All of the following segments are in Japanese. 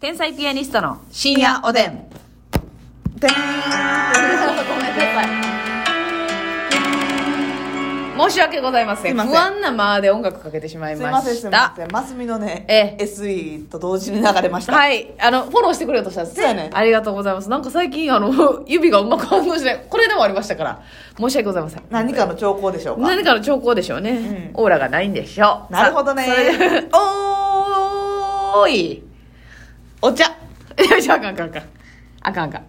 天才ピアニストの深夜おでん。ごめんでーん。なさい申し訳ございませんすいません不安な間で音楽かけてしまいすいまません、すしいまたせん。マスミのね、え SE と同時に流れました。はいあのフォローしてくれようとしたんですそうやねありがとうございますなんか最近あの指がうまく反応しないこれでもありましたから申し訳ございません何かの兆候でしょうか。何かの兆候でしょうね、んオーラがないんでしょうなるほどねさあそれ で おーいお茶。よいしょあかんあかんあかんあかんあかん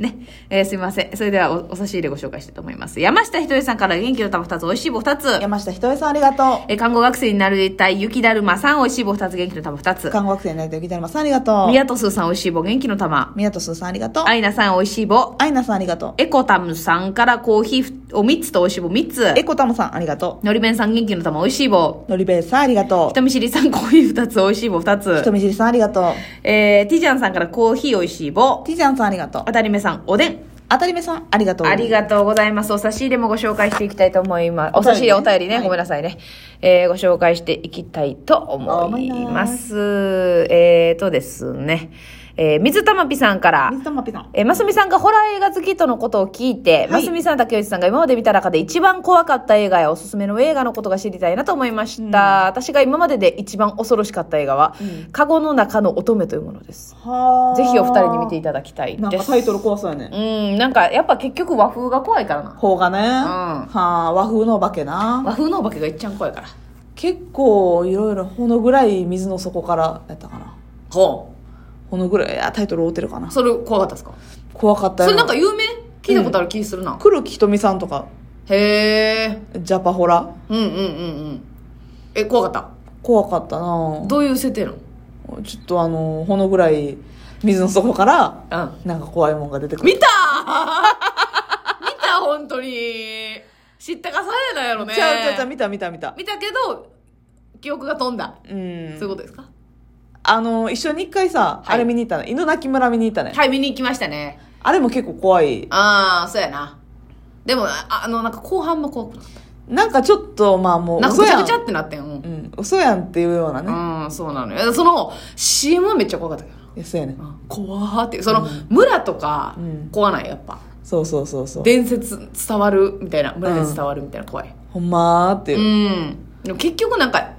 ね、えーすいませんそれではおお差し入れご紹介したいと思います山下ひとりさんから元気の玉2つおいしい棒2つ山下ひとえさんありがとえー看護学生になりたい雪だるまさんおいしい棒2つ元気の玉2う。つ看護学生になりたいゆきだるまさんありがとう。宮戸すーさんおいしい棒元気の玉宮戸すーさんありがとう。アイナさんおいしい棒アイナさんありがとエコタムさんからコーヒーを3つとおいしい棒3つう。エコタムさんありがとのり弁さん元気の玉おいしい棒う。のりべえさんありがと人見知りさんコーヒー2つおいしい棒2う。人つ見知りさんありがと。えー、ティジャンさんからコーヒーおいしいう棒ティジャンさんありがとう。当たり目さんおでん当たりめさんありがとう。ありがとうございます。お差し入れもご紹介していきたいと思います。おお便り差ねし入れ、お便りね、はいごめんなさいね。えーご紹介していきたいと思いま。思いますえーとですね、えー水玉ぴさんから、水玉ぴさん。えー、ますみさんがホラー映画好きとのことを聞いて、いますみさん、竹内さんが今まで見た中で一番怖かった映画やおすすめの映画のことが知りたいなと思いました。私が今までで一番恐ろしかった映画は、うんカゴの中の乙女というものです。はぜひお二人に見ていただきたいです。なんかタイトル怖そうやね。うん、なんかやっぱ結局和風が怖いからな。方がね。んはあ、和風のお化けな。和風のお化けがいっちゃん怖いから結構いろいろほのぐらい水の底からやったかなほほのぐらいあタイトル合うてるかなそれ怖かったですか怖かったそれよなんか有名聞いたことある気するな、黒木瞳さんとかへえジャパホラうんうんうんうんえ怖かっ怖かったたなどういう設定なのちょっとあのほのぐらい水の底からうんなんか怖いもんが出てくる見た見た本当に知ったかされないやろねちゃうちゃうちゃう見た見た見た見たけど記憶が飛んだ、うんそういうことですかあの一緒に一回はさ、いあれ見に行ったの犬鳴村見に行ったね、はい見に行きましたねあれも結構怖いああそうやなでもああのなんか後半も怖くなったなんかちょっとまあもうなんかぐちゃぐちゃんってなってんうんうん嘘やんっていうようなね、うん、そうなのよ。その CM はめっちゃ怖かったけどな。いやそうやねうん怖ーって。その、村とかうん、怖ない、やっぱ。そうそうそうそう伝説伝わるみたいな。村で伝わるみたいな、怖い。ほんまーっていうう、ん。でも結局なんか、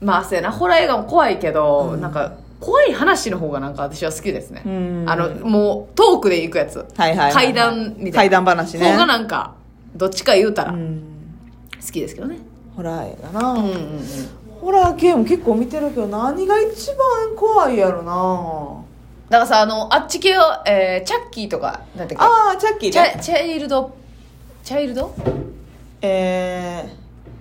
まあ、そうやな、ホラー映画も怖いけど、なんか、怖い話の方がなんか私は好きですね。うんあの、もう、トークで行くやつ。はいはいはいはい階段みたいな。怪談話ね方がなんか、どっちか言うたら、う好んきですけどね。ホラー映画な、うんうんうん。ホラー系も結構見てるけど何が一番怖いやろなだからさ、あの、あっち系は、えーチャッキーとか、なんていうか。ああチャッキーチねャチャイルドチャイルドえ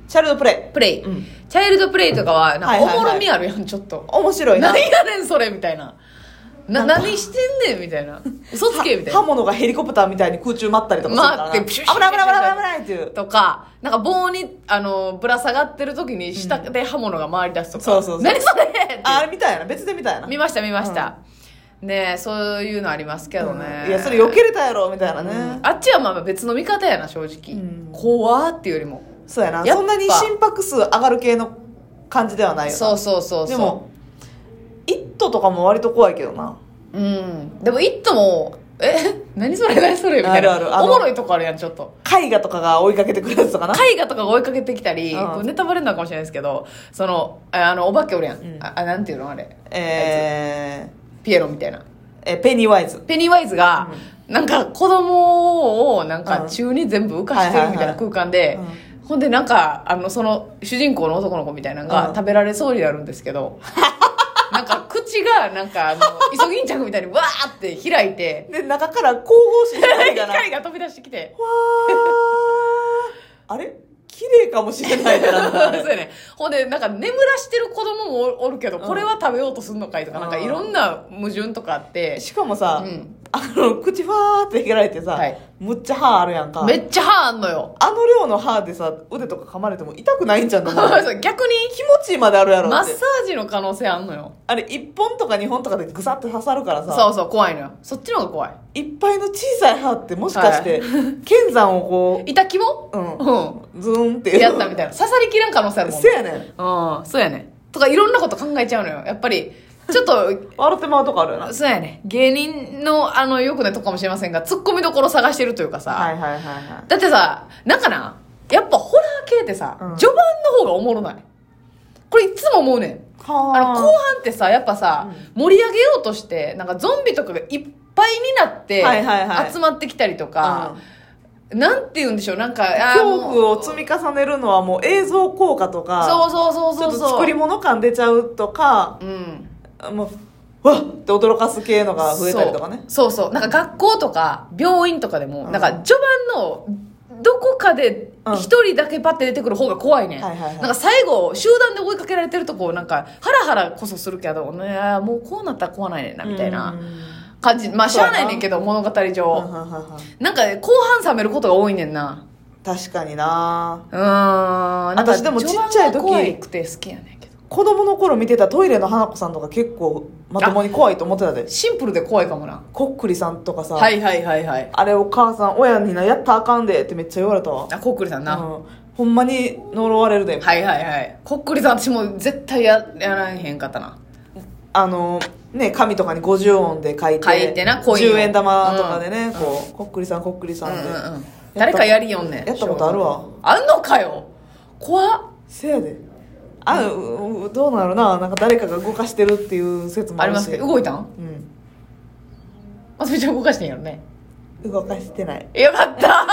ー、チャイルドプレイプレイ、うんチャイルドプレイとかはなんはいかはおいはいもろみあるやんちょっと、面白いな 何やねんそれみたいなななんか何してんねんみたいな嘘つけみたい刃な物がヘリコプターみたいに空中舞ったりとかするからな待ってプシュッシュッ危ない危ない危ない危ないっていうとかなんか棒にあのぶら下がってる時に下で刃物が回り出すとか、そうそうそう何それってああれ見たいな別で見たいな見ました見ました、ねえそういうのありますけどね、うんいやそれ避けれたやろみたいなね、あっちはまあ別の見方やな正直、うん怖っていうよりもそうややなっぱそんなに心拍数上がる系の感じではないよなそうそうそうそうでも「イット!」とかも割と怖いけどなうん。でも、イットも、え何それ何それみたいな。あるあるあのおもろいとこあるやん、ちょっと。絵画とかが追いかけてくるやつとかな絵画とかが追いかけてきたり、うんこうネタバレになるかもしれないですけど、その、ああの、お化けおるやん。んあ、あなんていうのあれ。えピエロみたいな。ー、えペニーワイズペニーワイズが、なんか子供をなんうかん中に全部浮かしてるみたいな空間で、はいはいはいほんでなんか、あの、その主人公の男の子みたいなのうがん食べられそうになるんですけ ど、なんか口がなんかあの、イソギンチャクみたいにわーって開い て、で中から神々しい 光がな光が飛び出してきて、わーあれ綺麗かもしれないからな あそうれやね。ほんで、なんか眠らしてる子供もおおるけど、これは食べようとすんのかいとか、うんなんかいろんな矛盾とかあって、しかもさ、うんあの口ファーって開いてさ、はいむっちゃ歯あるやんかめっちゃ歯あんのよ。あの量の歯でさ腕とか噛まれても痛くない んじゃんと思うそう逆に、気持ちいいまであるやろマっッてサージの可能性あんのよ。あれ1本とか2本とかでグサッて刺さるからさそうそう、怖いのよ。そっちの方が怖い。いっぱいの小さい歯ってもしかして、剣山をこ痛気もうんううズーンってん。やったみたいな。刺さりきらん可能性あるもんせやねんうん、そうやね。とかいろんなこと考えちゃうのよ。やっぱり、ちょっと、笑 ってまうとこあるよな。はいそうやね。芸人の、あの、よくないとこかもしれませんが、突っ込みどころ探してるというかさ、はいはいはい。だってさ、なんかな、やっぱホラー系ってさ、うん序盤の方がおもろない。これいつも思うねん。あの、後半はってさ、やっぱさ、盛り上げようとして、なんかゾンビとかがいっぱいになって、はいはいはい集まってきたりとか、なんて言うんでしょう、なんか、あーもう恐怖を積み重ねるのはもう映像効果とか、そうそうそうそうそう。ちょっと作り物感出ちゃうとか、うん。もう、わっって驚かす系のが増えたりとかね。そうそうそうなんか学校とか病院とかでも、うんなんか序盤のどこかでうん一人だけパッて出てくる方が怖いね、はいはいはいなんか最後集団で追いかけられてるとこなんかハラハラこそするけどねもうこうなったら怖ないねんなみたいうんな。感じまあしゃあないねんけど物語うん上、うんうんうんなんか後半冷めることが多いねんな確かになうーんなんか私でもちっちゃい時序盤が怖くて好きやねんけど子供の頃見てたトイレの花子さんとか結構まともに怖いと思ってたで。シンプルで怖いかもなこっくりさんとかさ、はいはいはいはいあれお母さん、親にな、やったらあかんでってめっちゃ言われたわ。あコックリさんな、うんほんまに呪われるで。はいはいはいこっくりさん私も絶対ややらへんかったなあの、ね、紙とかに50音で書いて、書いてなコインを10円玉とかでね、こう、こっくりさんこっくりうさんんで。うんうん誰かやりよんねんやったことあるわあんのかよ怖っせやで。あ、ううどうなるな、なんか誰かが動かしてるっていう説もあありるし。ますけど動いたんうん。あそれじゃ動かしてんやろね動かしてない。よかった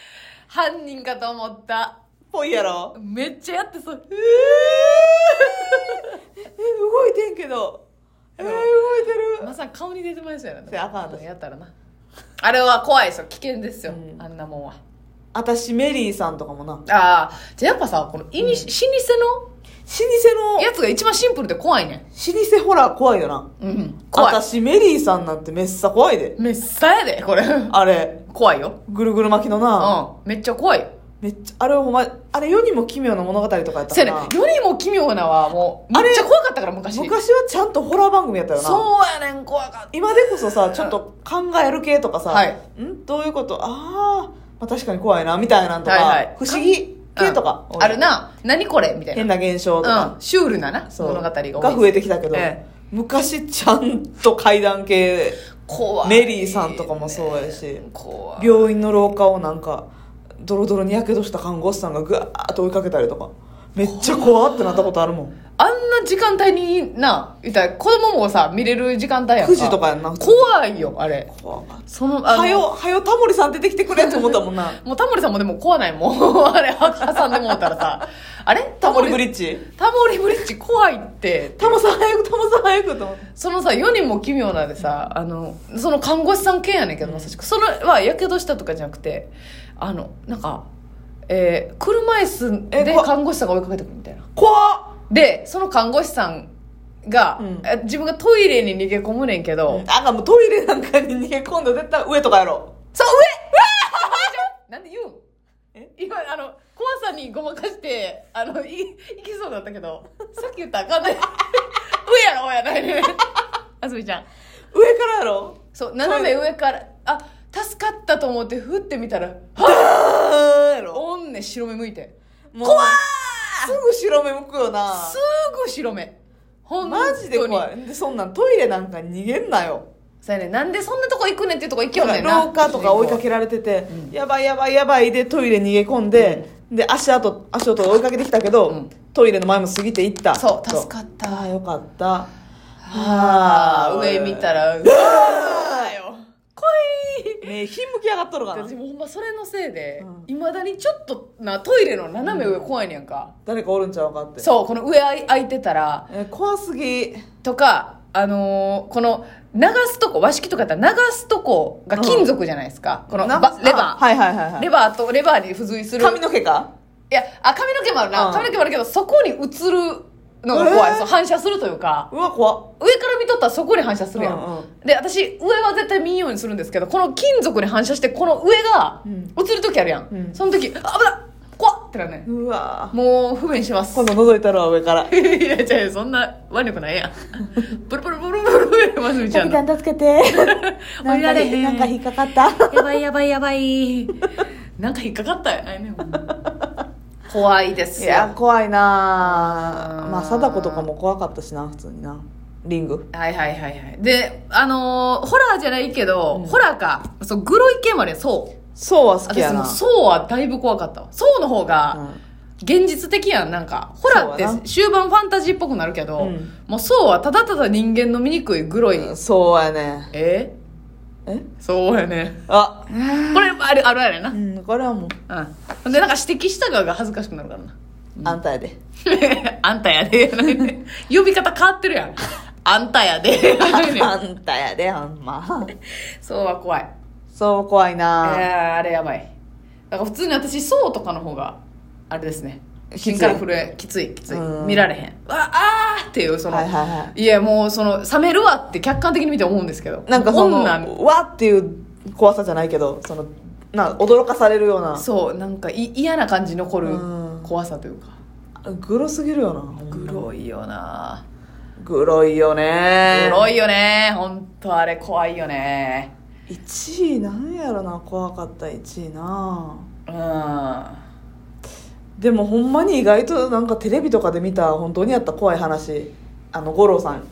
犯人かと思ったぽいやろ。めっちゃやってそうえー、え動いてんけど。えー、動いてる。まさに顔に出てましたよねそれあかん私うんやったらなあれは怖いですよ危険ですよ、うんあんなもんは私、メリーさんとかもな。老ああじゃあやっぱさこのいに、老舗舗のの、やつが一番シンプルで怖いね老舗ホラー怖いよな。んうん怖い私、メリーさんなんてめっさ怖いで。めっさやでこれあれ、怖いよ。ぐるぐる巻きのうな。ん。めっちゃ怖い。めっちゃ、あれほんま、あれ世にも奇妙な物語とかやったせかやねら。。よりも奇妙なはもう、あれめっちゃ怖かったから昔。昔はちゃんとホラー番組やったよな。そうやねん、怖かっ今でこそさちょっと考える系とかさ、はいんどういうことあー、まあ確かに怖いなみたいなんとか、はいはい不思議た。系とか、うんあるな。何これみたい変な。な現象とかう、ん。シュールなな、そう物語が多い。増えてきたけど、え昔ちゃんと階段系怖い。メリーさんとかもそうやし怖い。病院の廊下をなんかドロドロにやけどした看護師さんがぐわーっと追いかけたりとかめっちゃ怖ってなったことあるもんあんな時間帯にな、言ったら子供もさ、見れる時間帯やんか。 9時とかやんな普通に怖いよ、あれ。怖かっその、たあのはよはよタモリさん出てきてくれって思ったもんなもうタモリさんもでも怖ないもん。 あれ、挟んでもうたらさ。あれ タモリブリッジタモリブリッジ怖いって。タモさん早くタモさん早くと思ってそのさ世にも奇妙なでさあのその看護師さん系やねんけどまさしくそれはやけどしたとかじゃなくてあのなんか、えー車椅子えでこ看護師さんが追いかけてくるみたいな怖っでその看護師さんが、うんえ自分がトイレに逃げ込むねんけど、なんかもうトイレなんかに逃げ込んだら絶対上とかやろ。そう 上なんで言うんえ今あの怖さにごまかしてあのいいきそうだったけどさっき言ったらあかんない上やろ上やない ねあすみちゃん上からやろそう斜め上からあ助かったと思って振ってみたらあーやろおんね白目向いて怖すぐ白目向くよな。すぐ白目ほんとにマジで怖い。で、そんなんトイレなんかに逃げんなよ。そうやねなんでそんなとこ行くねんっていうとこ行きよんねんな廊下とか追いかけられてて、やばいやばいやばいでトイレ逃げ込んで、で、足跡、足音が追いかけてきたけど、うんトイレの前も過ぎていった。そう助かったああ、よかった。あー上見たらうわーよ来いねえ、ひんむき上がっとるかな私。もうほんまそれのせいでうんいま、未だにちょっとなトイレの斜め上怖いねんか、誰かおるんちゃうかって。そうこの上あい開いてたらえー怖すぎ。とか、あのーこの流すとこ和式とかやったら流すとこが金属じゃないですか、このなばレバあー、はいはいはいはいレバーとレバーに付随する髪の毛かいやあ髪の毛もあるな、うん髪の毛もあるけどそこに映るのが怖い、えーそう反射するというかうわ怖っ上から見とったらそこに反射するやん、うんうで私上は絶対見んようにするんですけどこの金属に反射してこの上がうん映る時あるやん、うんその時あ危なっ怖っってなるねうわもう不便します今度覗いたら上からいやいやいやそんな腕力ないやんプルプルプルプルプルまずみちゃんのん助けて 降りられへん引っかかったやばいやばいやばいなんか引っかかったよねほんま怖いでいすやよ怖いなあうんまあ貞子とかも怖かったしな普通になリングはいはいはいはい。で、あのーホラーじゃないけど、うんホラーか。そう、グロい系もあるやん、そう。そうは好私きやも、なそうはだいぶ怖かったわ。そうの方うが、ん現実的やん、なんか。ホラそうやーっなて終盤ファンタジーっぽくなるけど、うんもうそうはただただ人間の醜いグロい。そうやねええそうや ね。あこれ、ある、あるあるやなう。んこれはうもうん。ほんで、なんか指摘した側が恥ずかしくなるからな。あんたやで あんたやで。 呼び方変わってるやん。あんたやで。あんたやでほんま そうは怖い。そう怖いいなやーあれやばいだから普通に私そうとかの方があれですねきつい心から震えきついきついうん見られへんわあーっていうその、はいいはいはいやもうその冷めるわって客観的に見て思うんですけどなんかその女わっていう怖さじゃないけどそのな驚かされるようなそうなんかい嫌な感じ残るうん怖さというかグロすぎるよなグロいよなグロいよねグロいよね本当あれ怖いよね1位なんやろな怖かった1位なうんあでもほんまに意外となんかテレビとかで見た本当にあった怖い話あの五郎さん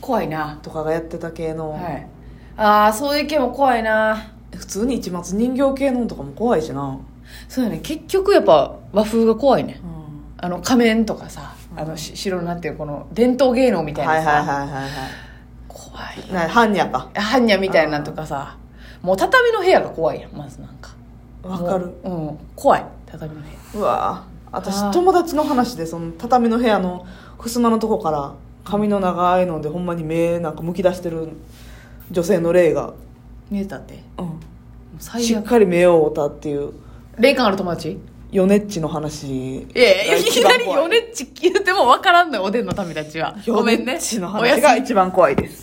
怖いなとかがやってた系の、はいああそういう系も怖いな普通に市松人形系のとかも怖いしな、そうよね結局やっぱ和風が怖いねうんあの仮面とかさ、あのし白になってるこの伝統芸能みたいはないはいさ、はいはいは怖いいな般若か般若みたいなんとかさもう畳の部屋が怖いやんまずなんかわかるもううん怖い畳の部屋うわぁ私あー友達の話でその畳の部屋の襖のとこから髪の長いのでほんまに目なんかむき出してる女性の霊が、見えたってもうんう最しっ悪かり目を覆ったっていう霊感ある友達ヨネッチの話いやいやい一き番なり怖ヨネッチ聞いても分からんのよおでんの民たちはごめんヨネねッチのおや話すがみ一番怖いです